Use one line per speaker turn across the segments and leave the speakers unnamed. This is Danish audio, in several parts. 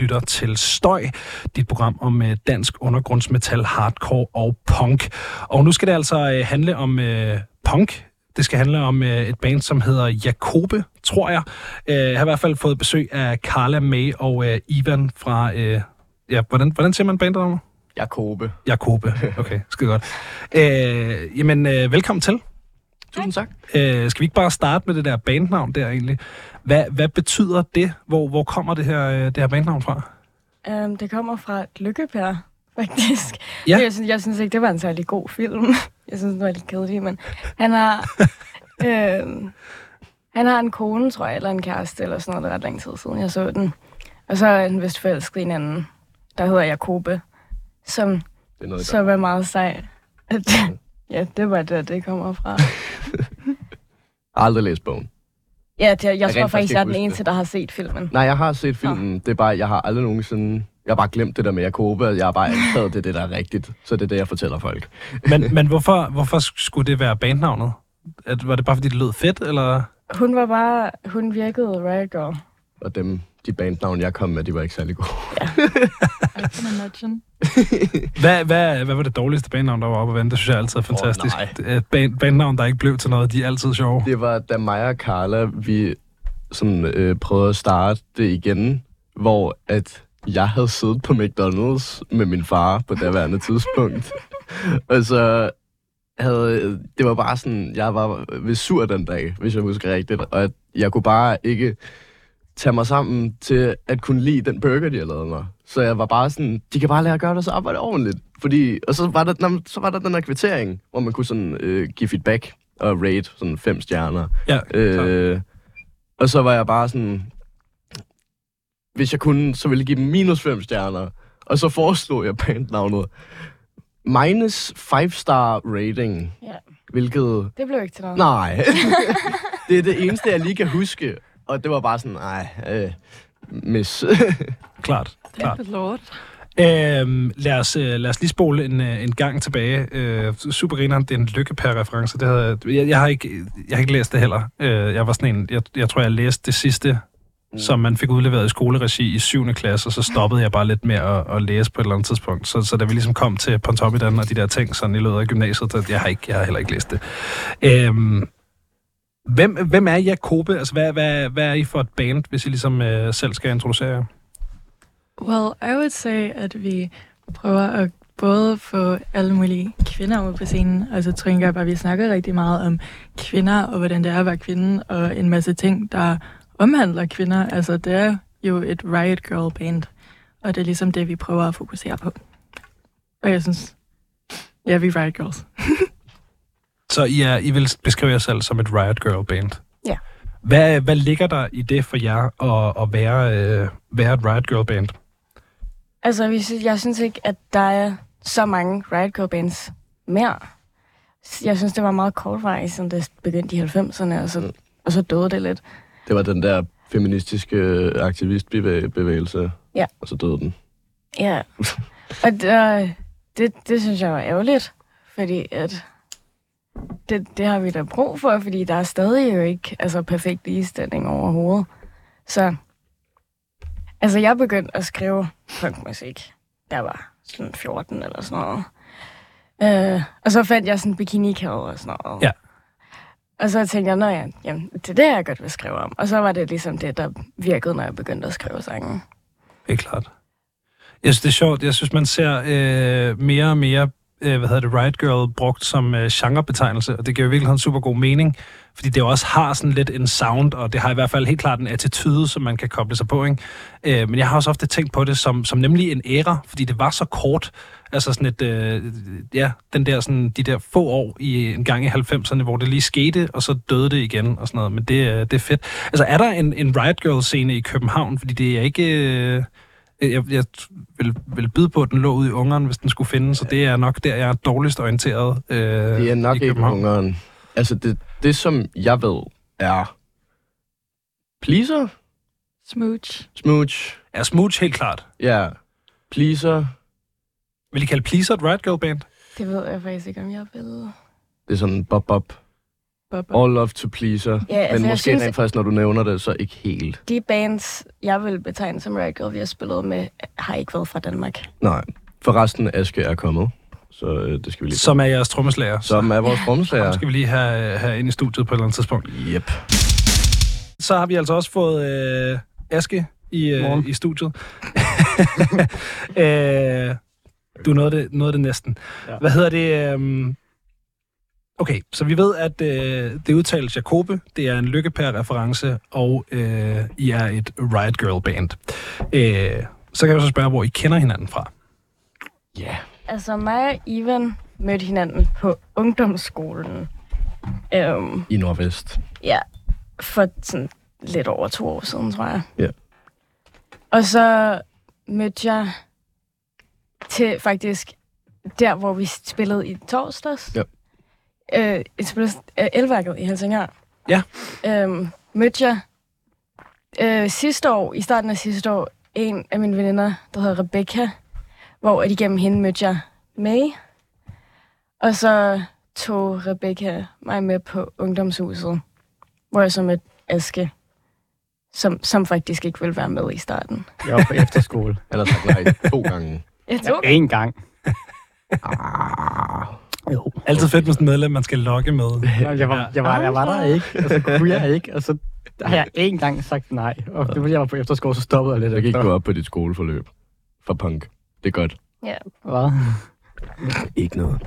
lytter til Støj, dit program om øh, dansk undergrundsmetal, hardcore og punk. Og nu skal det altså øh, handle om øh, punk. Det skal handle om øh, et band, som hedder Jakobe, tror jeg. Øh, jeg har i hvert fald fået besøg af Carla May og øh, Ivan fra... Øh, ja, hvordan, hvordan siger man bandet om?
Jakobe.
Jakobe. Okay, skide godt. Øh, jamen, øh, velkommen til.
Tusind tak.
Øh, skal vi ikke bare starte med det der bandnavn der egentlig? Hvad, hvad betyder det? Hvor, hvor kommer det her, øh, det her bandnavn fra?
Um, det kommer fra et lykkepær, faktisk.
Ja.
Ja. Jeg, synes, jeg synes ikke, det var en særlig god film. Jeg synes, den var lidt kedelig, men han har... øhm, han har en kone, tror jeg, eller en kæreste, eller sådan noget, det er ret lang tid siden, jeg så den. Og så er han vist forelsket i en anden, der hedder Jakobe, som
Det er noget, der...
så var meget sej. At, ja, det var der, det kommer fra.
Aldrig læst bogen.
Ja, det, jeg, jeg tror
faktisk
faktisk,
ikke
jeg er den
huske det.
eneste, der har set filmen.
Nej, jeg har set filmen. Det er bare, jeg har aldrig nogensinde... Jeg har bare glemt det der med Jakobe, og jeg har bare antaget, det er det, der er rigtigt. Så det er det, jeg fortæller folk.
Men, men hvorfor, hvorfor skulle det være bandnavnet? At, var det bare fordi, det lød fedt, eller?
Hun var bare... Hun virkede riot girl.
Og dem, de bandnavn, jeg kom med, de var ikke særlig gode.
I can imagine.
Hvad, hvad, hvad var det dårligste bandnavn, der var oppe at vende? Det synes jeg altid er fantastisk.
nej.
Oh, Band, bandnavn, der ikke blev til noget, de er altid sjove.
Det var, da mig og Carla, vi sådan, øh, prøvede at starte det igen, hvor at jeg havde siddet på McDonald's med min far på daværende tidspunkt. og så havde, det var bare sådan, jeg var ved sur den dag, hvis jeg husker rigtigt, og at jeg kunne bare ikke tage mig sammen til at kunne lide den burger, de havde lavet mig. Så jeg var bare sådan, de kan bare lære at gøre deres arbejde ordentligt. Fordi, og så var, der, nå, men så var der den her kvittering, hvor man kunne sådan, øh, give feedback og rate sådan fem stjerner.
Ja, øh,
Øh, og så var jeg bare sådan, hvis jeg kunne, så ville jeg give dem minus 5 stjerner. Og så foreslog jeg bandnavnet minus 5 star rating,
Ja.
hvilket,
Det blev ikke til noget.
nej, det er det eneste, jeg lige kan huske. Og det var bare sådan, nej, øh, miss.
klart. klart.
Good lord.
Øhm, lad, os, øh, lad os lige spole en, øh, en gang tilbage. Øh, Supergrineren, det er en lykkepær-reference. Det havde, jeg- jeg, jeg, har ikke, jeg har ikke læst det heller. Øh, jeg var sådan en, jeg, jeg tror, jeg læste det sidste, mm. som man fik udleveret i skoleregi i 7. klasse, og så stoppede jeg bare lidt med at, at læse på et eller andet tidspunkt. Så, så da vi ligesom kom til Pontoppidan og de der ting, sådan i løbet af gymnasiet, der, jeg, har ikke, jeg har heller ikke læst det. Øhm, hvem, hvem er Jakobe? Altså, hvad, hvad, hvad er I for et band, hvis I ligesom øh, selv skal introducere jer?
Well, I would say, at vi prøver at både få alle mulige kvinder ud på scenen, og så tænker jeg bare, at vi snakker rigtig meget om kvinder, og hvordan det er at være kvinde, og en masse ting, der omhandler kvinder. Altså, det er jo et Riot Girl band, og det er ligesom det, vi prøver at fokusere på. Og jeg synes, ja, vi er Riot Girls.
Så I, er, I vil beskrive jer selv som et Riot Girl band?
Ja.
Hvad, hvad ligger der i det for jer at, at være, øh, være et Riot Girl band?
Altså, vi sy- jeg synes ikke, at der er så mange Riot Girl bands mere. S- Jeg synes, det var meget kortvarigt, som det begyndte i 90'erne, og så, og så døde det lidt.
det var den der feministiske aktivistbevægelse,
Ja.
og så døde den.
Ja. Og det, øh, det, det synes jeg var ærgerligt, fordi at det, det har vi da brug for, fordi der er stadig jo ikke altså, perfekt ligestilling overhovedet. Så altså, jeg begyndte at skrive punkmusik, da jeg var sådan 14 eller sådan noget. Øh, og så fandt jeg sådan bikini og sådan noget.
Ja.
Og så tænkte jeg, nå ja, jamen, det er det, jeg godt vil skrive om. Og så var det ligesom det, der virkede, når jeg begyndte at skrive sange.
Helt klart. Jeg synes, det er sjovt. Jeg synes, man ser øh, mere og mere øh, hvad hedder det, Riot Girl brugt som øh, genrebetegnelse, og det giver i virkeligheden super god mening, fordi det også har sådan lidt en sound, og det har i hvert fald helt klart en attitude, som man kan koble sig på. Ikke? Øh, men jeg har også ofte tænkt på det som, som nemlig en æra, fordi det var så kort. Altså sådan et, øh, ja, den der, sådan, de der få år i en gang i 90'erne, hvor det lige skete, og så døde det igen og sådan noget. Men det, øh, det er fedt. Altså er der en, en Riot Girl-scene i København? Fordi det er ikke... Øh, jeg, jeg vil, vil byde på, at den lå ude i Ungeren, hvis den skulle findes, så det er nok der, jeg er dårligst orienteret øh,
Det er nok
i
ikke
København.
hungeren. Altså, det, det som jeg ved er... Pleaser?
Smooch.
Smooch?
Er Smooch helt klart?
Ja. Pleaser?
Vil I kalde Pleaser et Riot Girl Band?
Det ved jeg faktisk ikke, om jeg vil.
Det er sådan bob bob.
bobler.
All love to pleaser.
Ja, altså,
Men
jeg
måske
synes-
rent faktisk, når du nævner det, så ikke helt.
De bands, jeg vil betegne som Riot Girl, vi har spillet med, har ikke været fra Danmark.
Nej. For resten, Aske er kommet. Så øh, det skal vi lige...
Som er jeres trommeslager. Så
Som er vores trommeslager.
skal vi lige have, have ind i studiet på et eller andet tidspunkt.
Yep.
Så har vi altså også fået øh, Aske i, øh,
Morgen.
i studiet. øh, du nåede det, nåede det næsten. Ja.
Ja.
Hvad hedder det? Øh, okay, så vi ved, at øh, det udtales Jakobe. Det er en lykkepær-reference, og øh, I er et Riot Girl-band. Øh, så kan jeg jo så spørge, hvor I kender hinanden fra.
Ja.
Altså mig og Ivan mødte hinanden på ungdomsskolen. Øhm,
I Nordvest.
ja, for sådan lidt over to år siden, tror jeg.
Ja.
Og så mødte jeg til faktisk der, hvor vi spillede i torsdags.
Ja.
Øh, et spil, øh, Elværket i Helsingør.
Ja.
Øhm, mødte jeg øh, sidste år, i starten af sidste år, en af mine veninder, der hedder Rebecca, hvor at igennem hende mødte jeg May. Og så tog Rebecca mig med på ungdomshuset, hvor jeg så mødte Aske, som, som faktisk ikke ville være med i starten.
Jeg var på efterskole.
Han har sagt nej to gange.
Jeg tog
Ja, en gang.
Ah.
Jo.
Altid fedt med sådan en medlem, man skal lokke med.
Nå, Jeg var, jeg var, jeg var der ikke, og så kunne jeg ikke, og så har jeg én gang sagt nej. Og det var, fordi jeg var på efterskole, så stoppede jeg lidt.
Jeg kan ikke
efter.
gå op på dit skoleforløb. For punk. Det er godt.
Hvad?
Ikke noget.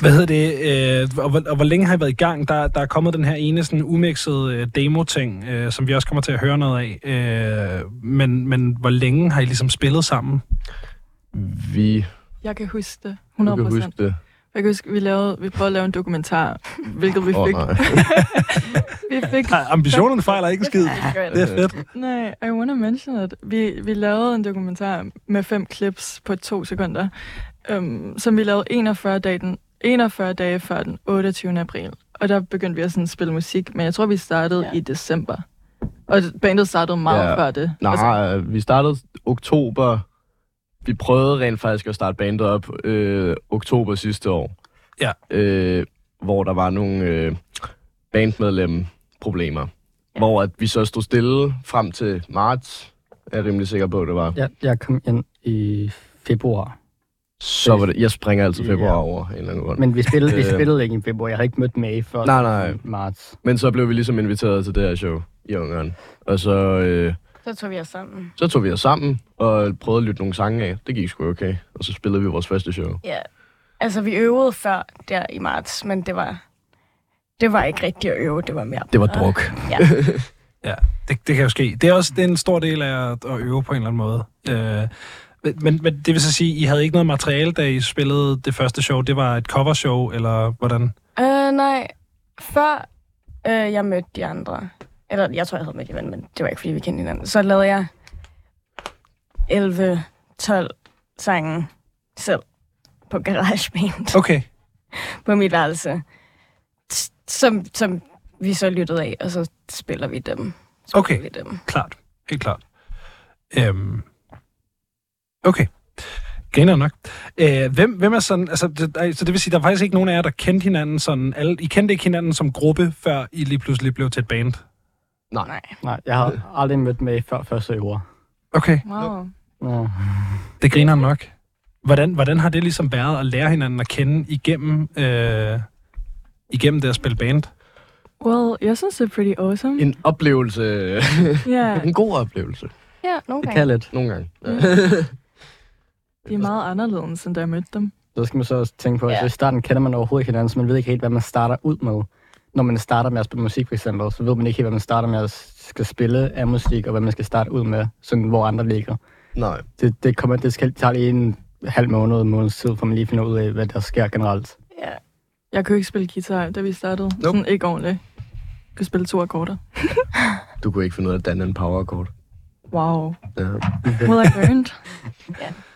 Hvad hedder det? Øh, og, hvor, og hvor længe har I været i gang? Der, der er kommet den her ene sådan umixede øh, demo-ting, øh, som vi også kommer til at høre noget af. Øh, men, men hvor længe har I ligesom spillet sammen?
Vi
Jeg kan huske det,
du
100
kan huske
procent.
det.
Jeg kan huske, vi, lavede, vi prøvede at lave en dokumentar, hvilket vi
Åh, oh,
fik.
nej.
vi fik
Ej, ambitionerne fejler ikke en skid. Det er fedt.
Nej, I wanna mention it. Vi, vi lavede en dokumentar med fem clips på to sekunder, øhm, som vi lavede 41 dage, den, 41 dage før den 28. april. Og der begyndte vi at sådan spille musik, men jeg tror, vi startede
Ja.
ja. i december. Og bandet startede meget
Ja.
ja. før det. Altså,
Nej, øh, vi startede oktober. Vi prøvede rent faktisk at starte bandet op øh, oktober sidste år.
Ja.
Øh, hvor der var nogle øh, bandmedlem problemer. Ja. Hvor at vi så stod stille frem til marts, er jeg rimelig sikker på, det var.
Jeg, jeg kom ind i februar.
Så var det, jeg springer altid februar
Ja.
over en eller anden grund. Men,
Men vi spillede, vi
Øh.
spillede ikke i februar. Jeg havde ikke mødt May før
Nej, nej.
marts.
Men så blev vi ligesom inviteret til det her show i Ungarn. Og så, øh,
Så tog vi os sammen.
så tog vi os sammen og prøvede at lytte nogle sange af. Det gik sgu okay. Og så spillede vi vores første show.
Ja. Altså, vi øvede før der i marts, men det var, det var ikke rigtigt at øve, det var mere.
Det var druk.
Ja, det, det kan jo ske. Det er også det er en stor del af at, at øve på en eller anden måde. Øh, men- men, men det vil så sige, I havde ikke noget materiale, da I spillede det første show. Det var et covershow, eller hvordan?
Øh, nej. Før øh, jeg mødte de andre, eller jeg tror, jeg havde mødt Ivan, men det var ikke, fordi vi kendte hinanden, så lavede jeg 11-12 sange selv på GarageBand
Okay.
på mit værelse, s- som, som vi så lyttede af, og så spiller vi dem. Spiller
Okay.
Vi dem.
Klart. Helt klart. Øhm. Okay. Griner nok. Øh, hvem, hvem er sådan... Altså, det, ej, så det vil sige, der er faktisk ikke nogen af jer, der kendte hinanden sådan... Alle, I kendte ikke hinanden som gruppe, før I lige pludselig blev til et band.
Nej.
Nej, jeg havde aldrig mødt May før første februar.
Okay.
wow.
Nå.
Det griner nok. Hvordan, hvordan har det ligesom været at lære hinanden at kende igennem, øh, igennem det at spille band?
Well, jeg synes, det er pretty awesome.
En oplevelse.
Ja,
En god oplevelse.
Ja, nogle
Det
gange.
kan lidt.
Nogle gange. Ja.
de er meget anderledes, end da jeg mødte dem.
Så skal man så også tænke på, at
Ja.
så i starten kender man overhovedet ikke hinanden, så man ved ikke helt, hvad man starter ud med. Når man starter med at spille musik for eksempel, så ved man ikke helt, hvad man starter med at skal spille af musik, og hvad man skal starte ud med, sådan hvor andre ligger.
Nej.
Det, det, kommer, det skal, tager lige en halv måned, en måneds tid, for man lige finder ud af, hvad der sker generelt.
Ja.
Jeg kunne ikke spille guitar, da vi startede. Nope. Sådan ikke ordentligt. Jeg kunne spille to akkorder.
Du kunne ikke finde ud af at danne en powerkort.
Wow.
Ja,
Well, I learned.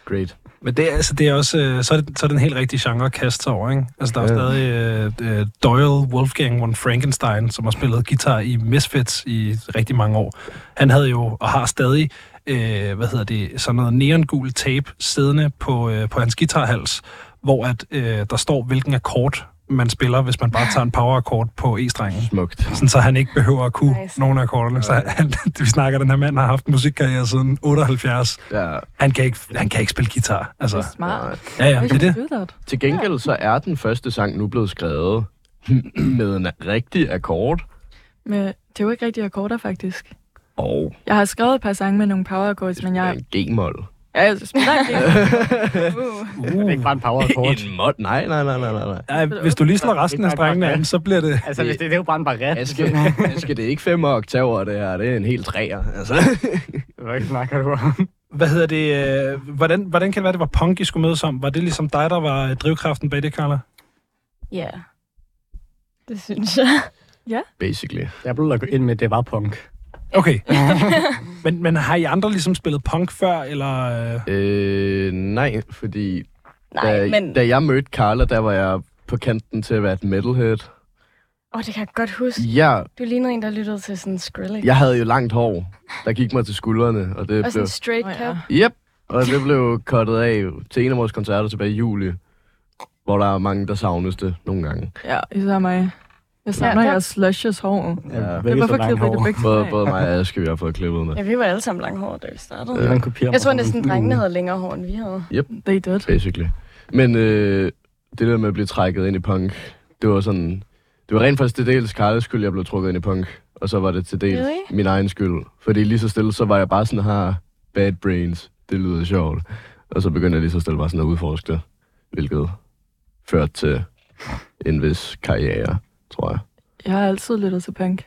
great.
Men det er, altså, det er også, øh, så, er det, så er det en helt rigtig genre at kaste sig over, ikke? Altså, der er
Ja.
stadig øh, øh, Doyle, Wolfgang von Frankenstein, som har spillet guitar i Misfits i rigtig mange år. Han havde jo, og har stadig, øh, hvad hedder det, sådan noget neongul tape siddende på, øh, på hans guitarhals, hvor at, øh, der står, hvilken akkord man spiller, hvis man bare tager en powerakkord på E-strengen.
Smukt.
Sådan, så han ikke behøver at kunne nice.
Nice.
nogen af akkorderne. Så han, vi snakker, den her mand har haft en musikkarriere siden 78.
Ja.
Han kan ikke, han kan ikke spille guitar.
Det
Altså,
er smart.
Nej.
ja, ja, det er det.
det.
Til gengæld så er den første sang nu blevet skrevet med en rigtig akkord.
Men det er jo ikke rigtig akkorder, faktisk.
Og
Jeg har skrevet et par sange med nogle power chords, men jeg,
en G-mol.
Ja, jeg spiller ikke. Uh.
Det er ikke bare en power
En mol? Nej, nej, nej, nej, nej, nej.
Ja, hvis du lige slår resten af strengene an, så bliver det...
Altså, hvis det, det er jo bare en barret.
Aske, Aske, det er ikke fem oktaver, det her. Det er en hel træer, altså.
Hvad snakker du om?
Hvad hedder det? Øh, hvordan, hvordan kan det være, det var punk, I skulle mødes om? Var det ligesom dig, der var øh, drivkraften bag det, Carla?
Ja. Det synes jeg.
Basically.
Jeg blev lukket ind med, at det var punk.
Okay. men, men har I andre ligesom spillet punk før, eller... Øh,
Øh, nej, fordi
Nej,
da,
men...
da jeg mødte Carla, der var jeg på kanten til at være et metalhead.
Åh, oh, det kan jeg godt huske.
Ja,
Du lignede en, der lyttede til sådan Skrillex.
jeg havde jo langt hår, der gik mig til skuldrene, og det
Og
blev...
sådan straight
Åh, ja.
cap.
Yep, og det blev kottet af til en af vores koncerter tilbage i juli, hvor der er mange, der savnes det nogle gange.
ja, især mig. Jeg savner
Ja,
ja,
der-
jeres slushes hår.
Ja.
Vælge så
Hvorfor
langt
klipper I det
hår.
begge til
Både,
mig?
både mig og Aske, vi har fået klippet med.
Ja, vi var alle sammen langhåret, da vi startede.
Ja. Man kopierer
Jeg tror
mig på
næsten,
en
drengene
uge.
havde længere hår, end vi havde.
They did.
Basically. Men øh, det der med at blive trækket ind i punk, det var sådan... Det var rent faktisk til dels Karles skyld, jeg blev trukket ind i punk. Og så var det til dels
Really?
min egen skyld. Fordi lige så stille, så var jeg bare sådan her... Bad brains, det lyder sjovt. Og så begyndte jeg lige så stille bare sådan at udforske det. Hvilket førte til en vis karriere, tror jeg.
Jeg har altid lyttet til punk.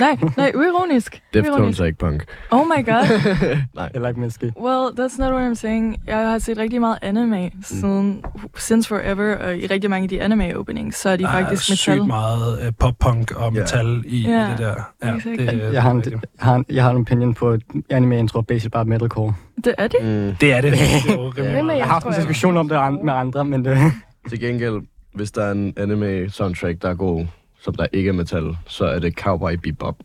nej, nej, uironisk.
Deftones
Uironisk.
er ikke punk.
Oh my god.
Nej.
Heller ikke menneske.
Well, that's not what I'm saying. Jeg har set rigtig meget anime siden, since forever, og i rigtig mange af de anime openings, så er
Ah,
de faktisk
er
metal.
ah, sygt meget øh, pop-punk og
Ja.
metal i,
Ja,
i det der.
exakt.
det, øh,
Jeg har, en,
det, er-
jeg, har en, jeg har en opinion på, at anime intro er basic bare metalcore.
Det er det.
Mm.
det er det. det er jo rimelig
Hvem er
meget.
Jeg
Jeg
har haft
tror,
en
jeg-
diskussion om det an- med andre, men øh, det,
Til gengæld, hvis der er en anime soundtrack, der er god, som der ikke er metal, så er det Cowboy Bebop.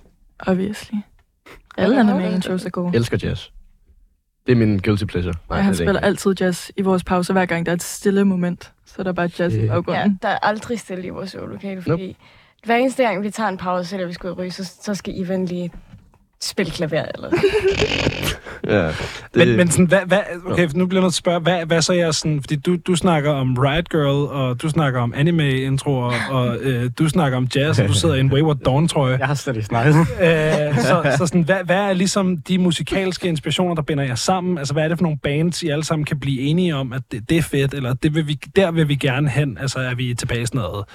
Obviously. Alle
Ja,
anime
det er
intros er gode.
elsker jazz. Det er min guilty pleasure.
Ja, han
det er det
spiller altid jazz i vores pause, hver gang der er et stille moment, så er der bare jazz i
Yeah.
Ja,
baggrunden.
der er aldrig stille i vores øvelokale, fordi nope. hver eneste gang, vi tager en pause, eller vi skal ud og ryge, så, så skal Ivan lige spille klaver eller
ikke. Ja, det,
Men, men sådan, hvad, hvad, okay, nu bliver jeg nødt til at spørge, hvad, hvad så er jeres sådan, fordi du, du snakker om Riot Girl, og du snakker om anime-introer, og øh, du snakker om jazz, og du sidder i en Wayward Dawn-trøje.
jeg har slet ikke snakket.
Øh, så, så sådan, hvad, hvad er ligesom de musikalske inspirationer, der binder jer sammen? Altså, hvad er det for nogle bands, I alle sammen kan blive enige om, at det, det er fedt, eller det vil vi, der vil vi gerne hen? Altså, er vi tilbage i sådan noget,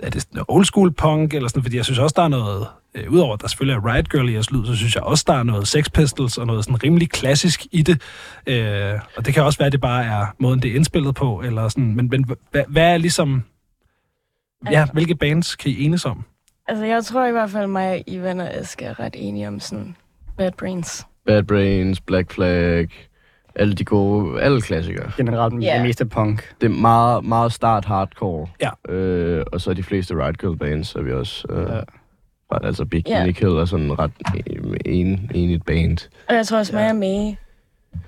er det sådan noget old school punk, eller sådan, fordi jeg synes også, der er noget, øh, udover at der selvfølgelig er Riot Girl i jeres lyd, så synes jeg også, der er noget Sex Pistols og noget sådan rimelig klassisk i det. Øh, og det kan også være, at det bare er måden, det er indspillet på, eller sådan, men, men hvad, hvad er ligesom, ja, hvilke bands kan I enes om?
Altså, jeg tror i hvert fald, mig, Ivan og Aske er ret enige om sådan bad brains.
Bad Brains, Black Flag, alle de gode, alle klassikere.
Generelt yeah.
Ja.
det meste punk.
Det er meget, meget start hardcore.
Ja.
Øh, og så er de fleste Riot Girl bands, er vi også... Øh,
Ja.
ja. ret, altså Big
Ja.
Nick Hill er sådan ret øh, en, enigt band.
Og jeg tror også, mig og Mae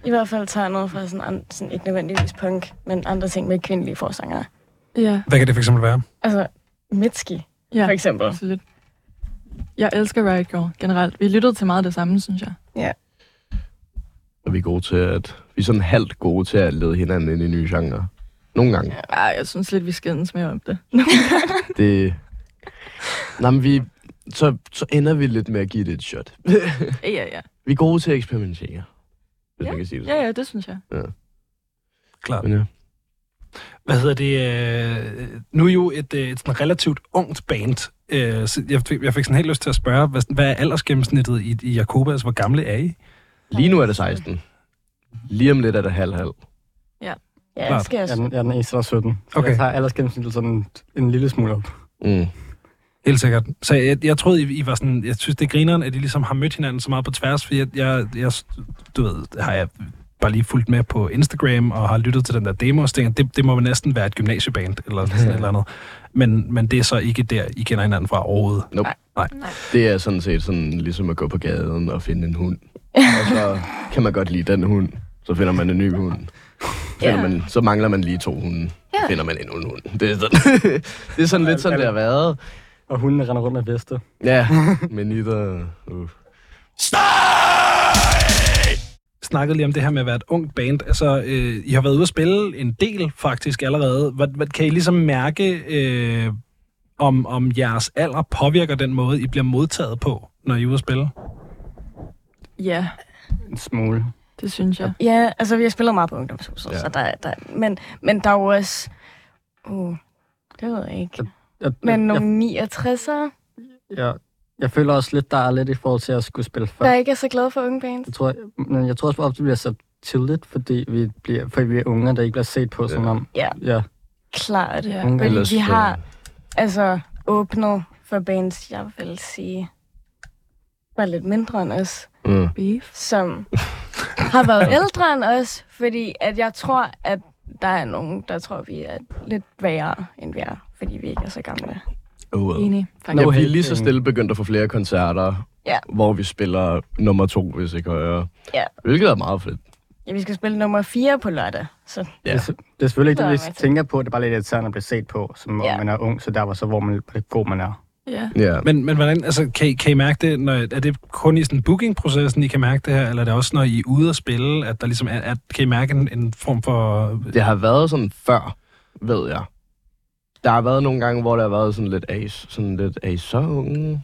i hvert fald tager noget fra sådan, an, sådan ikke nødvendigvis punk, men andre ting med kvindelige forsanger.
Ja,
Hvad kan det for eksempel være?
Altså, Mitski,
ja,
for eksempel.
absolut. Jeg elsker Riot Girl generelt. Vi lyttede til meget af det samme, synes jeg.
Og vi er gode til at... Vi er sådan halvt gode til at lede hinanden ind i nye genrer. Nogle gange.
Ej, jeg synes lidt, vi skændes mere om det.
Det... Nej, men vi... Så, så ender vi lidt med at give det et shot.
Ja, ja, ja.
Vi er gode til at eksperimentere. Hvis man kan sige det.
Ja, ja, det synes jeg.
Klart.
Men øh, ja.
hvad hedder det, øh, nu er I jo et, øh, et sådan relativt ungt band. Øh, så jeg, fik- jeg fik sådan helt lyst til at spørge, hvad, sådan- hvad er aldersgennemsnittet i, i Jakoba? Altså, hvor gamle er I?
Lige nu er det 16. Lige om lidt er det halv-halv.
Ja,
Klart.
Aske er
Jeg er
også.
den, jeg er den eneste, der er 17. Så
Okay.
jeg tager aldersgennemsnittet sådan en lille smule op.
Mm.
Helt sikkert. Så jeg, jeg troede, I, I var sådan... Jeg synes, det er grineren, at I ligesom har mødt hinanden så meget på tværs, fordi jeg, jeg, jeg du ved, har jeg bare lige fulgt med på Instagram og har lyttet til den der demo, og så tænker jeg, det, det må næsten være et gymnasieband eller sådan et eller andet. Men, men det er så ikke der, I kender hinanden fra overhovedet.
Nope.
Nej.
Det er sådan set sådan, ligesom at gå på gaden og finde en hund. Og så kan man godt lide den hund. Så finder man en ny hund. Så, finder
Ja.
man, så mangler man lige to hunde.
Ja.
finder man endnu en hund. Det er sådan, det er sådan lidt sådan, det har været.
Og hundene render rundt med veste.
Ja, men i der... Uh.
snakkede lige om det her med at være et ungt band. Altså, øh, I har været ude at spille en del faktisk allerede. Hvad, hvad, kan I ligesom mærke, øh, om, om jeres alder påvirker den måde, I bliver modtaget på, når I er ude at spille?
Ja,
En smule.
det synes jeg.
Ja, altså vi har spillet meget på ungdomshuset,
Ja.
ja. så der, der, men, men der er jo også... Uh, det ved jeg ikke.
Jeg,
Men
jeg,
nogle 69'ere,
jeg, jeg, jeg føler også lidt, der er lidt i forhold til at skulle spille før.
der ikke er så glade for unge bands.
Jeg tror, men jeg tror også, at vi bliver så tidligt, fordi vi, bliver, fordi vi er unge, der ikke bliver set på som
Ja.
om...
Ja.
ja.
Klart.
Ja.
Fordi
Ellers,
vi
øh,
har altså åbnet for bands, jeg vil sige, var lidt mindre end os.
Mm.
Beef.
som har været ældre end os, fordi at jeg tror, at der er nogen, der tror, vi er lidt værre, end vi er, fordi vi ikke er så gamle.
Uh.
Enig, faktisk.
Ja, vi er
hate
lige så
thing.
stille begyndt at få flere koncerter,
Mm. Ja.
hvor vi spiller nummer to, hvis ikke højere.
Ja.
Hvilket er meget fedt.
Ja, vi skal spille nummer 4 på lørdag, så
Ja.
Det, er, se- det er selvfølgelig ikke
Det er
det, vi
rigtigt.
tænker på. Det er bare lidt irriterende at blive set på, som om
Ja.
man er ung, så der var så, hvor, man, hvor god man er.
Ja.
Ja.
Men, men hvordan, altså, kan, I, kan I mærke det? Når, er det kun i sådan booking-processen, I kan mærke det her, eller er det også, når I er ude at spille, at der ligesom er, at, kan I mærke en, en form for... øh,
Det har været sådan før, ved jeg. Der har været nogle gange, hvor der har været sådan lidt as, sådan lidt as så unge.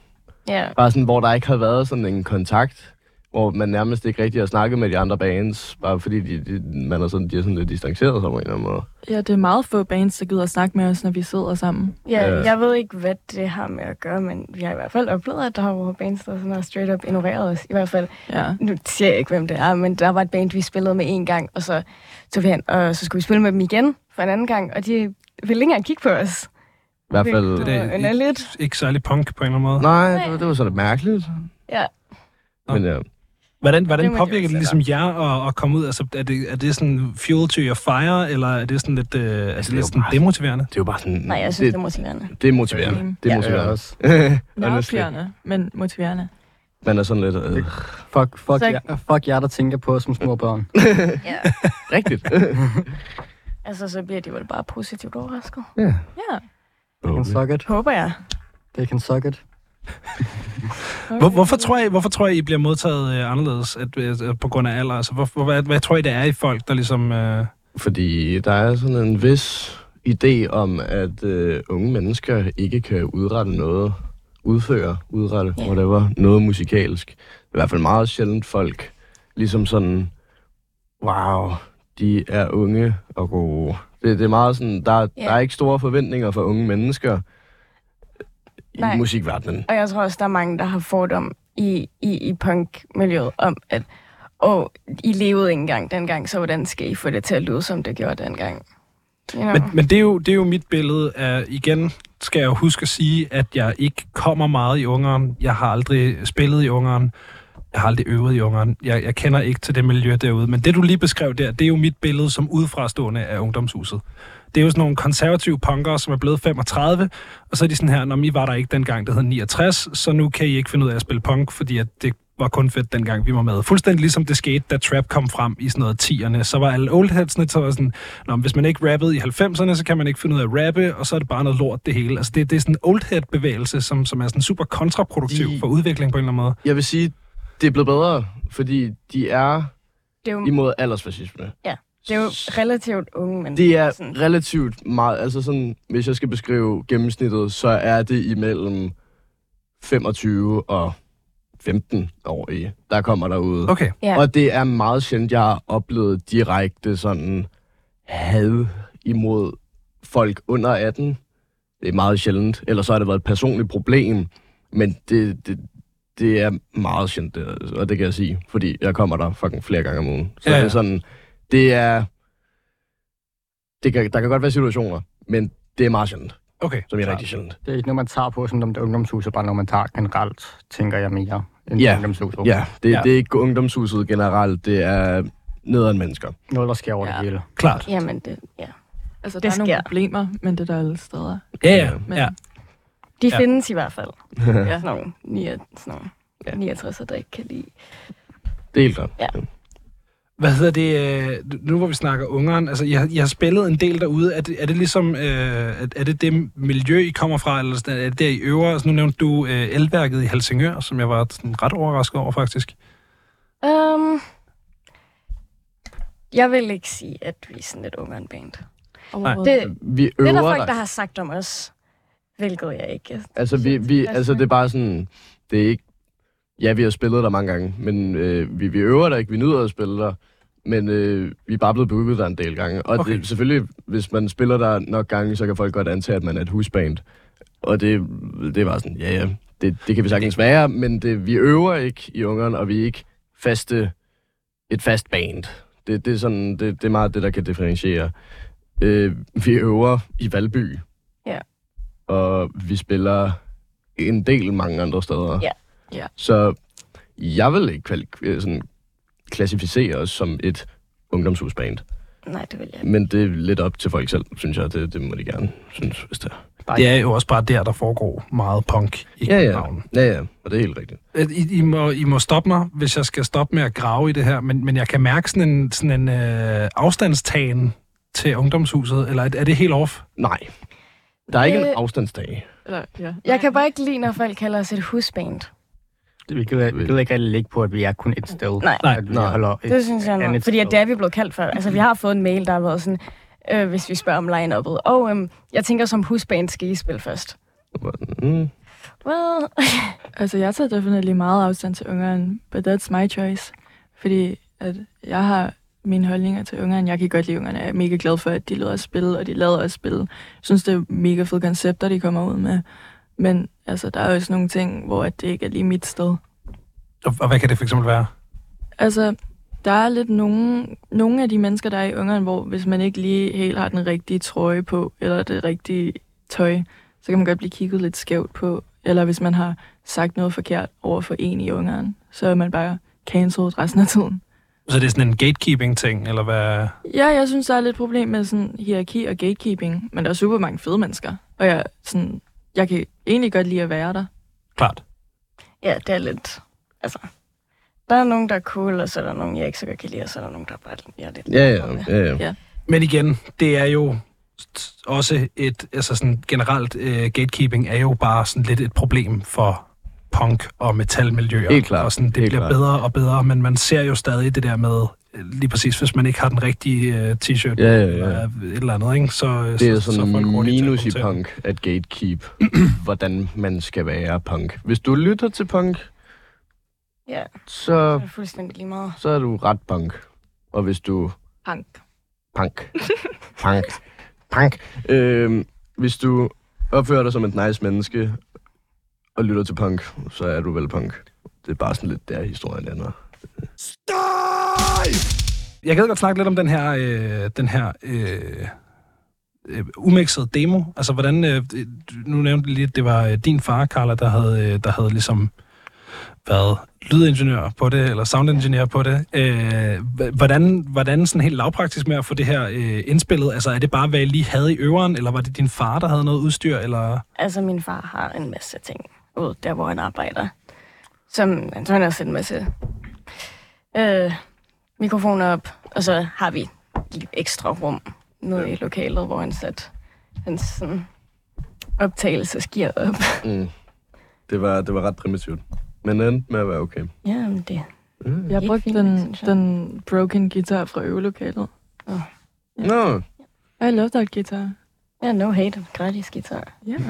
ja.
Bare sådan, hvor der ikke har været sådan en kontakt, hvor man nærmest ikke rigtig har snakket med de andre bands, bare fordi de, de, man er sådan, de er sådan lidt distanceret sig på en eller anden måde.
ja, det er meget få bands, der gider at snakke med os, når vi sidder sammen.
ja
Ja.
jeg ved ikke, hvad det har med at gøre, men vi har i hvert fald oplevet, at der har været bands, der sådan har straight up ignoreret os. I hvert fald,
Ja.
nu siger jeg ikke, hvem det er, men der var et band, vi spillede med en gang, og så tog vi hen, og så skulle vi spille med dem igen for en anden gang, og de ville ikke engang kigge på os.
I hvert fald...
Det er
Det var underligt.
Ikke særlig punk på en eller anden måde.
Nej, det var, det var sådan lidt mærkeligt.
Ja.
Men ja.
Hvordan,
Det
hvordan
må
det
jeg
påvirker
jo
det
selv
ligesom jer at, at komme ud? Altså, er, det, er det sådan fuel to your fire, eller er det sådan lidt, øh, er det
Altså, det er jo
lidt sådan
bare-
demotiverende?
Det er jo bare sådan...
Nej, jeg synes, det, det er motiverende.
det, det er motiverende. Det er
Ja.
Ja,
motiverende.
også.
Honestly.
Nervepirrende, men motiverende.
Man er sådan lidt... Øh,
Fuck, fuck,
Så-
jer, fuck jer, der tænker på os som små børn.
Ja.
rigtigt.
Altså, så bliver de vel bare positivt overrasket.
ja.
Ja.
They can suck it.
Håber jeg.
They can suck it.
Hvor, hvorfor, tror I, hvorfor tror I, I bliver modtaget øh, anderledes at, øh, på grund af alder? Altså, hvor, hvor, hvad, hvad tror I, det er i folk, der ligesom... Øh,
Fordi der er sådan en vis idé om, at øh, unge mennesker ikke kan udrette noget, udføre, udrette,
Ja.
yeah. whatever, noget musikalsk. Det er I hvert fald meget sjældent folk, ligesom sådan, wow, de er unge og gode. Det, det er meget sådan, der,
Ja.
yeah. der er ikke store forventninger for unge mennesker i
Nej.
musikverdenen.
Og jeg tror også, der er mange, der har fordom i, i, i punkmiljøet om, at og I levede ikke engang dengang, så hvordan skal I få det til at lyde, som det gjorde dengang? You know?
Men, men det, er jo, det er jo mit billede af, igen skal jeg jo huske at sige, at jeg ikke kommer meget i Ungarn. Jeg har aldrig spillet i Ungarn. Jeg har aldrig øvet i Ungarn. Jeg, jeg kender ikke til det miljø derude. Men det, du lige beskrev der, det er jo mit billede som udefrastående af ungdomshuset. Det er jo sådan nogle konservative punkere, som er blevet 35, og så er de sådan her, når I var der ikke dengang, det hed 69, så nu kan I ikke finde ud af at spille punk, fordi at det var kun fedt dengang, vi var med. Fuldstændig ligesom det skete, da trap kom frem i sådan noget 10'erne. Så var alle oldheadsene, så var sådan, Nå, men hvis man ikke rappede i 90'erne, så kan man ikke finde ud af at rappe, og så er det bare noget lort det hele. Altså det, det er sådan en oldhead-bevægelse, som, som er sådan super kontraproduktiv
De-
for udvikling på en eller anden måde.
Jeg vil sige, det er blevet bedre, fordi de er
det, er jo,
imod aldersfascisme.
Ja, det er jo relativt unge, men
Det er
sådan,
relativt meget, altså sådan, hvis jeg skal beskrive gennemsnittet, så er det imellem 25 og 15 år i, der kommer derude.
Okay,
Ja.
Og det er meget sjældent, jeg har oplevet direkte sådan had imod folk under 18. Det er meget sjældent, ellers så har det været et personligt problem, men det, det, det er meget sjældent, det er- og det kan jeg sige, fordi jeg kommer der fucking flere gange om ugen. Så
Ja,
ja.
ja.
det er sådan, det er, det kan, der kan godt være situationer, men det er meget sjældent,
okay.
som er
Klart.
rigtig sjældent.
Det er ikke noget, man tager på, som om det er ungdomshus, og bare noget, man tager generelt, tænker jeg mere, end
Ja.
yeah. ungdomshus.
Ja, det,
Ja.
ja. det er ikke ungdomshuset generelt, det er nederen mennesker.
Noget, der sker over
Ja.
det hele.
Klart.
Jamen, det, ja.
Altså, der
Det
er nogle
sker.
problemer, men det er der alle steder.
Ja, ja,
Men
Øhm, ja.
De
Ja.
ja. findes i hvert fald.
Ja.
Sådan nogle, 69, sådan nogle
Ja.
69, der ikke kan lide.
Det er helt klart.
Ja.
Hvad hedder det, øh, nu hvor vi snakker Ungarn, altså jeg, jeg har spillet en del derude, er det, er det ligesom, øh, er, er det det miljø, I kommer fra, eller sådan, er det der, I øver? Altså, nu nævnte du øh, elværket i Helsingør, som jeg var sådan, ret overrasket over faktisk.
Um, jeg vil ikke sige, at vi er sådan lidt ungeren band.
Overhovedet.
Det,
Vi
det er der
øver
folk,
dig.
der har sagt om os, hvilket jeg ikke.
Altså, vi, vi,
tilfreds
altså,
med.
det er bare sådan, det er ikke... Ja, vi har spillet der mange gange, men øh, vi, vi øver der ikke, vi nyder at spille der, men øh, vi er bare blevet booket der en del gange. Og okay.
Okay.
det, selvfølgelig, hvis man spiller der nok gange, så kan folk godt antage, at man er et husband. Og det, det er bare sådan, ja ja, det, det kan vi sagtens være, men det, vi øver ikke i Ungarn, og vi er ikke faste, et fast band. Det, det, er sådan, det, det er meget det, der kan differentiere. Øh, vi øver i Valby, og vi spiller en del mange andre steder.
Ja.
Ja.
Så jeg vil ikke kvali- øh, sådan klassificere os som et ungdomshusband.
Nej, det vil jeg ikke.
Men det er lidt op til folk selv, synes jeg. Det, det må de gerne synes, hvis det er.
Ej.
Det er jo også bare der, der foregår meget punk i
Ja, ja.
København.
Ja, ja. Og det er helt rigtigt.
at Øh, I, I, må, I må stoppe mig, hvis jeg skal stoppe med at grave i det her, men, men jeg kan mærke sådan en, sådan en øh, afstandstagen til ungdomshuset, eller er, er det helt off?
Nej. Der er ikke en
Øh.
afstandsdag.
Eller, ja.
Jeg kan bare ikke lide, når folk kalder os et husband.
Vi gider, vi gider ikke rigtig ligge på, at vi er kun et sted.
Nej.
Nej,
at vi
nej.
Holder et,
Det synes jeg nok.
andet
Fordi at
sted.
det er vi blevet kaldt for. Altså, vi har fået en mail, der har været sådan, øh, hvis vi spørger om line-uppet. Og øhm, jeg tænker, som husband skal I spille først.
Mm.
Well,
Altså, jeg tager definitely meget afstand til Ungarn, but that's my choice. Fordi at jeg har mine holdninger til Ungarn. Jeg kan godt lide Ungarn, og jeg er mega glad for, at de lader os spille, og de lader os spille. Jeg synes, det er mega fede koncepter, de kommer ud med. Men altså, der er også nogle ting, hvor at det ikke er lige mit sted.
Og, og hvad kan det for eksempel være?
Altså, der er lidt nogle, nogle af de mennesker, der er i Ungarn, hvor hvis man ikke lige helt har den rigtige trøje på, eller det rigtige tøj, så kan man godt blive kigget lidt skævt på. Eller hvis man har sagt noget forkert over for en i Ungarn, så er man bare cancelled resten af tiden.
Så det er sådan en gatekeeping-ting, eller hvad?
Ja, jeg synes, der er lidt problem med sådan hierarki og gatekeeping, men der er super mange fede mennesker, og jeg, sådan, jeg kan egentlig godt lide at være der.
Klart.
ja, det er lidt... Altså, der er nogen, der er cool, og så er der nogen, jeg ikke så godt kan lide, og så er der nogen, der bare jeg er lidt...
Ja, ja, ja, ja.
Men igen, det er jo t- også et, altså sådan generelt øh, gatekeeping er jo bare sådan lidt et problem for punk- og metalmiljøer.
Helt klart.
Og sådan, det
Helt
bliver
klart.
bedre og bedre, men man ser jo stadig det der med, øh, lige præcis hvis man ikke har den rigtige øh, t-shirt,
Ja, ja, ja.
eller et eller andet, ikke? Så,
Det er
så,
sådan
folk
en
hurtigt til at
minus i
kommentere.
punk, at gatekeep, hvordan man skal være punk. Hvis du lytter til punk,
Ja,
så,
det er fuldstændig lige meget.
så er du ret punk. Og hvis du
Punk.
Punk. Punk. Punk. Øhm, hvis du opfører dig som et nice menneske og lytter til punk, så er du vel punk. Det er bare sådan lidt der historien ender.
Jeg gad godt snakke lidt om den her, øh, den her øh, øh, umixede demo. Altså, hvordan... Øh, øh, nu nævnte jeg lige, at det var øh, din far, Carla, der havde, øh, der havde ligesom været lydingeniør på det, eller soundingeniør på det. Øh, h- hvordan, hvordan sådan helt lavpraktisk med at få det her øh, indspillet? Altså, er det bare, hvad I lige havde i øveren, eller var det din far, der havde noget udstyr, eller...
Altså, min far har en masse ting ud der, hvor han arbejder. Som, så han har også en masse øh, mikrofoner op, og så har vi et ekstra rum nede i lokalet, hvor han sat hans sådan, optagelsesgear op.
Mm. Det, var, det var ret primitivt. Men det endte med at være okay.
Ja, men det.
Jeg
Ikke
brugte
fint,
den,
synes jeg.
den broken guitar fra øvelokalet.
Nå,
I love that guitar.
Ja, no hate, gratis guitar.
Ja. Yeah.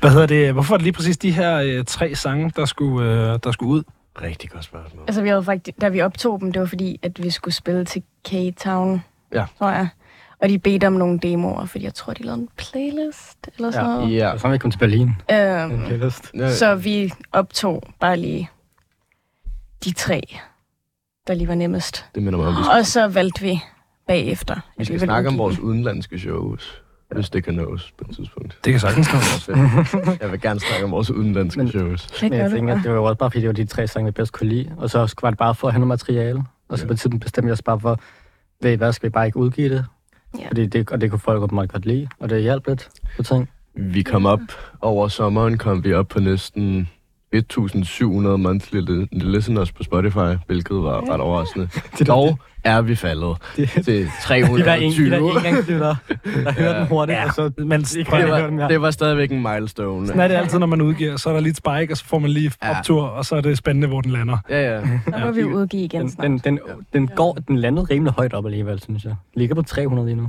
Hvad hedder det? Hvorfor er det lige præcis de her øh, tre sange, der skulle, øh, der skulle ud?
rigtig godt spørgsmål.
Altså, vi havde faktisk, da vi optog dem, det var fordi, at vi skulle spille til K-Town,
Ja.
tror jeg. Og de bedte om nogle demoer, fordi jeg tror, de lavede en playlist eller sådan noget.
Ja.
Ja.
Så er vi kom til Berlin.
Øhm,
Mm.
ja.
Så vi optog bare lige de tre, der lige var nemmest.
Det minder mig om, at vi
Og så valgte vi bagefter. at
vi skal
ville
snakke om
udgive
vores udenlandske shows. Hvis det kan nås på et tidspunkt.
Det kan sagtens
Det er fedt. Jeg vil gerne snakke om vores udenlandske
Men-
shows.
dem. Det
Men
gør
jeg
du
tænker, at
bare.
det var jo også bare, fordi det var de tre sange, vi bedst kunne lide. Og så var det bare for at have noget materiale. Og så
Ja.
på tiden bestemte vi os bare for, ved I hvad, skal vi bare ikke udgive det?
Ja.
Fordi det, og det kunne folk meget godt lide, og det hjalp lidt på ting.
Vi kom op over sommeren, kom vi op på næsten 1700 monthly li- listeners på Spotify, hvilket var ret overraskende. Dog er vi faldet
Det-
til
De der en,
320.
de der engangslytter, der hører den hurtigt,
Ja.
og så
Men
ikke
Det
kan høre den
var,
mere.
det var stadigvæk en milestone.
sådan er det altid, når man udgiver. Så er der lige et spike, og så får man lige
Ja.
optur, og så er det spændende, hvor den lander.
Ja, ja.
Nu må vi udgive igen
Den,
snart.
den, den, den, går, den landede rimelig højt op alligevel, synes jeg. Ligger på 300 lige nu.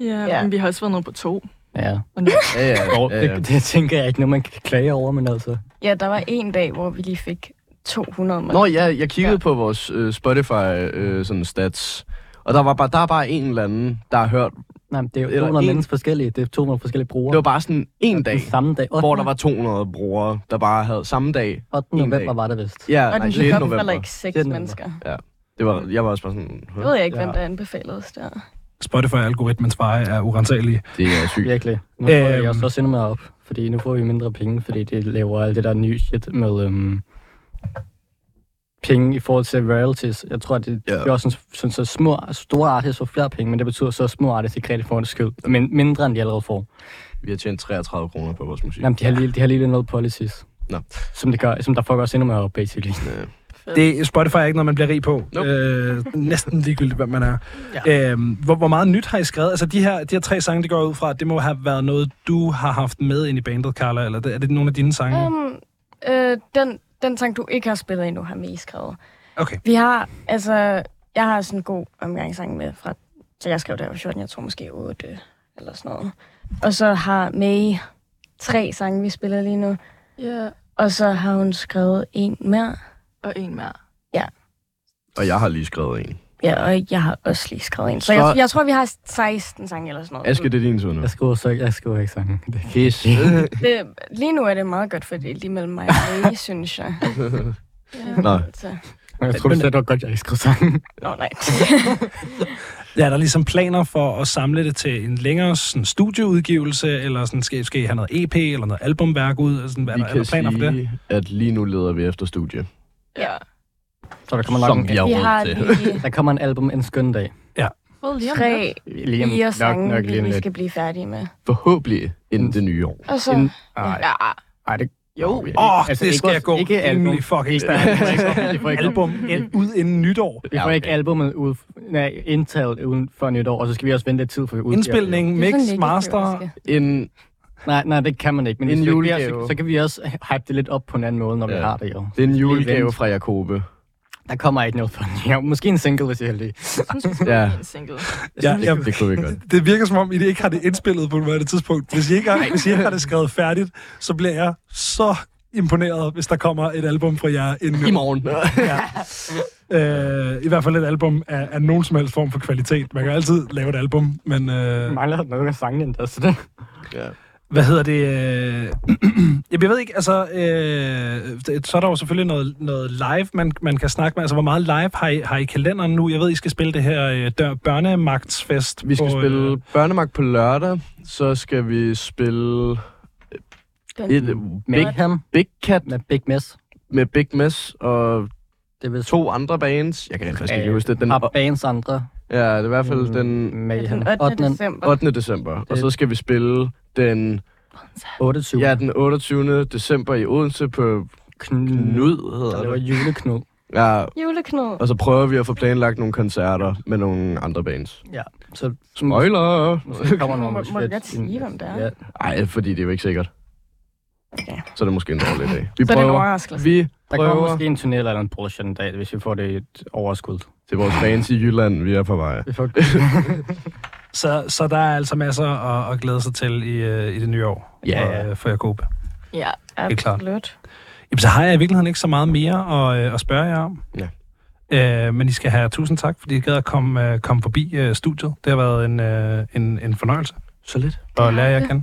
Ja,
Ja.
ja, men vi har også været nede på to.
Ja.
Og nu,
Ja, ja,
Og
ja, ja.
det, det, tænker jeg ikke noget, man kan klage over, men altså...
Ja, der var en dag, hvor vi lige fik 200 mål.
Nå ja, jeg kiggede
Ja.
ja. på vores øh, Spotify øh, sådan stats, og der var bare, der er bare en eller anden, der har hørt.
Nej, men det er jo
Eller
200
en-
mennesker forskellige. Det er 200 forskellige brugere.
Det var bare sådan en dag,
Den samme dag. 8.
hvor der var 200 brugere, der bare havde samme dag.
8.
en
november
dag.
var det vist.
Ja,
og
nej,
den
6.
gik op for
november.
like seks
19.
mennesker.
Det var, jeg var også bare sådan,
Jeg ved jeg ikke,
Ja.
hvem der anbefalede os der.
Spotify-algoritmens veje er urensagelige.
det er sygt.
Virkelig. Nu får øhm.
Øhm.
jeg også også endnu mere op, fordi nu får vi mindre penge, fordi det laver alt det der nye shit med øhm, penge i forhold til royalties. Jeg tror, at det
Ja.
yeah. gør sådan, sådan, så små, store artists får flere penge, men det betyder så, at små artists ikke rigtig får det skyld, men mindre end de allerede får.
Vi har tjent 33 kroner på vores musik.
Jamen, de har lige, de har lige lidt noget policies.
Nå.
Som, det gør, som der fucker os endnu mere op, basically.
Det, Spotify er ikke noget, man bliver rig på.
Nope.
Øh, næsten ligegyldigt, hvem man er. Ja. Øhm, hvor, hvor meget nyt har I skrevet? Altså, de her, de her tre sange, det går jeg ud fra, at det må have været noget, du har haft med ind i bandet, Carla, eller det- er det nogle af dine sange?
Øhm.
Um.
Um, øh, den, den sang, du ikke har spillet endnu, har vi skrevet.
Okay.
Vi har, altså, jeg har sådan en god omgangssang med fra, så jeg skrev der var 14, jeg tror måske 8 eller sådan noget. Og så har May tre sange, vi spiller lige nu.
ja,
Og så har hun skrevet en mere.
og en mere.
Og jeg har lige skrevet en.
Ja, og jeg har også lige skrevet en. Så, så... Jeg,
Så-
jeg, tror, vi har 16 sange eller sådan noget.
Aske, det er din tur nu.
Jeg skriver, så, jeg skriver ikke sangen. Det er
Pis.
Det, lige nu er det meget godt fordelt imellem mig og May, synes jeg.
Nå,
Så,
Jeg tror, du sagde, det var godt, jeg ikke skrev sangen.
nå, nej.
Ja, er der ligesom planer for at samle det til en længere sådan, studieudgivelse, eller sådan, skal, skal I have noget EP eller noget albumværk ud? Altså, Sådan, er,
vi
der, er
kan
der planer for det?
sige, at lige nu leder vi efter studie,
Ja.
Så der kommer nok
som
en,
vi har
Vi har
råd til.
lige
der kommer en album en skøn dag.
Well, lige om
tre
lidt.
Lige om-
fire sange,
nok lige
vi
om
lige
lidt.
skal blive færdige med.
Forhåbentlig inden det nye år.
Og så,
En-
Ej.
Ja,
Ej, det... Jo, okay.
Åh, oh, altså, det
ikke
skal
vores-
jeg gå
Ikke album.
rimelig fucking
Vi
stærkt.
får ikke- vi får ikke-
Album ind- ud inden nytår.
Vi
Ja,
får
okay.
ikke albumet ud, nej, indtalt uden for nytår, og så skal vi også vente lidt tid, for vi udgiver det.
Indspilning,
Det er sådan
mix,
lidt
master.
historisk.
En,
Nej, nej, det kan man ikke,
En
men hvis vi ikke
julegave.
så, så, kan vi også hype det lidt op på en anden måde, når vi
Ja.
har det jo.
det er en julegave
vente.
fra Jakobe.
Der kommer ikke noget for ja, Måske en single, hvis jeg er heldig.
jeg synes, vi skal
Ja.
ja. en single.
Ja, ja,
Det kunne vi godt.
det virker som om, I ikke har det indspillet på nuværende tidspunkt. Hvis I ikke har, hvis I ikke har det skrevet færdigt, så bliver jeg så imponeret, hvis der kommer et album fra jer inden
I
nu.
morgen.
Øh, I hvert fald et album af, af nogen som helst form for kvalitet. Man kan altid lave et album, men... Øh,
Jeg mangler noget af sangen endda, så det...
ja.
hvad hedder det? Øh, jeg ved ikke, altså... Øh, det- så er der jo selvfølgelig noget, noget live, man, man kan snakke med. Altså, hvor meget live har I, har I i kalenderen nu? Jeg ved, I skal spille det her øh, dør, børnemagtsfest.
Vi skal
på, øh,
spille Børnemark på lørdag, så skal vi spille
Den-
et Big,
Bigham
Big Cat
med Big Mess.
med Big Mess og
Det er vist
to andre bands. Jeg kan faktisk ikke huske det. Den,
Den,
ja,
bands andre.
det er i hvert
Mm.
fald den
Med
Den 8.
8.
december.
8. december, og så skal vi spille den,
28.
ja, den 28. december i Odense på
knud.
Knud, hedder
Mm. Det var
det.
juleknud.
Ja,
Juleknud.
og så prøver vi at få planlagt nogle koncerter med nogle andre bands.
Så
Spoiler!
Måske kommer
Må-
noget
må- må du
shit.
godt sige, hvem det er?
Ja.
Ej, fordi det er jo ikke sikkert.
Okay.
Så er det måske en dårlig dag. Vi
Så er det en
prøver.
overraskelse.
Vi
Der kommer
prøver.
måske en tunnel eller en bullshit en dag, hvis vi får det et overskud.
Det er vores fans i Jylland, vi er på vej.
Vi får
Så, så der er altså masser at, at glæde sig til i, øh, i det nye år
Ja.
for, øh, for Jacob.
Ja.
helt klart.
Absolut.
Jamen, så har jeg i virkeligheden ikke så meget mere at, øh, at spørge jer om.
Ja.
Øh, men I skal have tusind tak, fordi I gad at komme, øh, komme forbi øh, studiet. Det har været en, øh, en, en fornøjelse
Så lidt.
at lære jer at kende.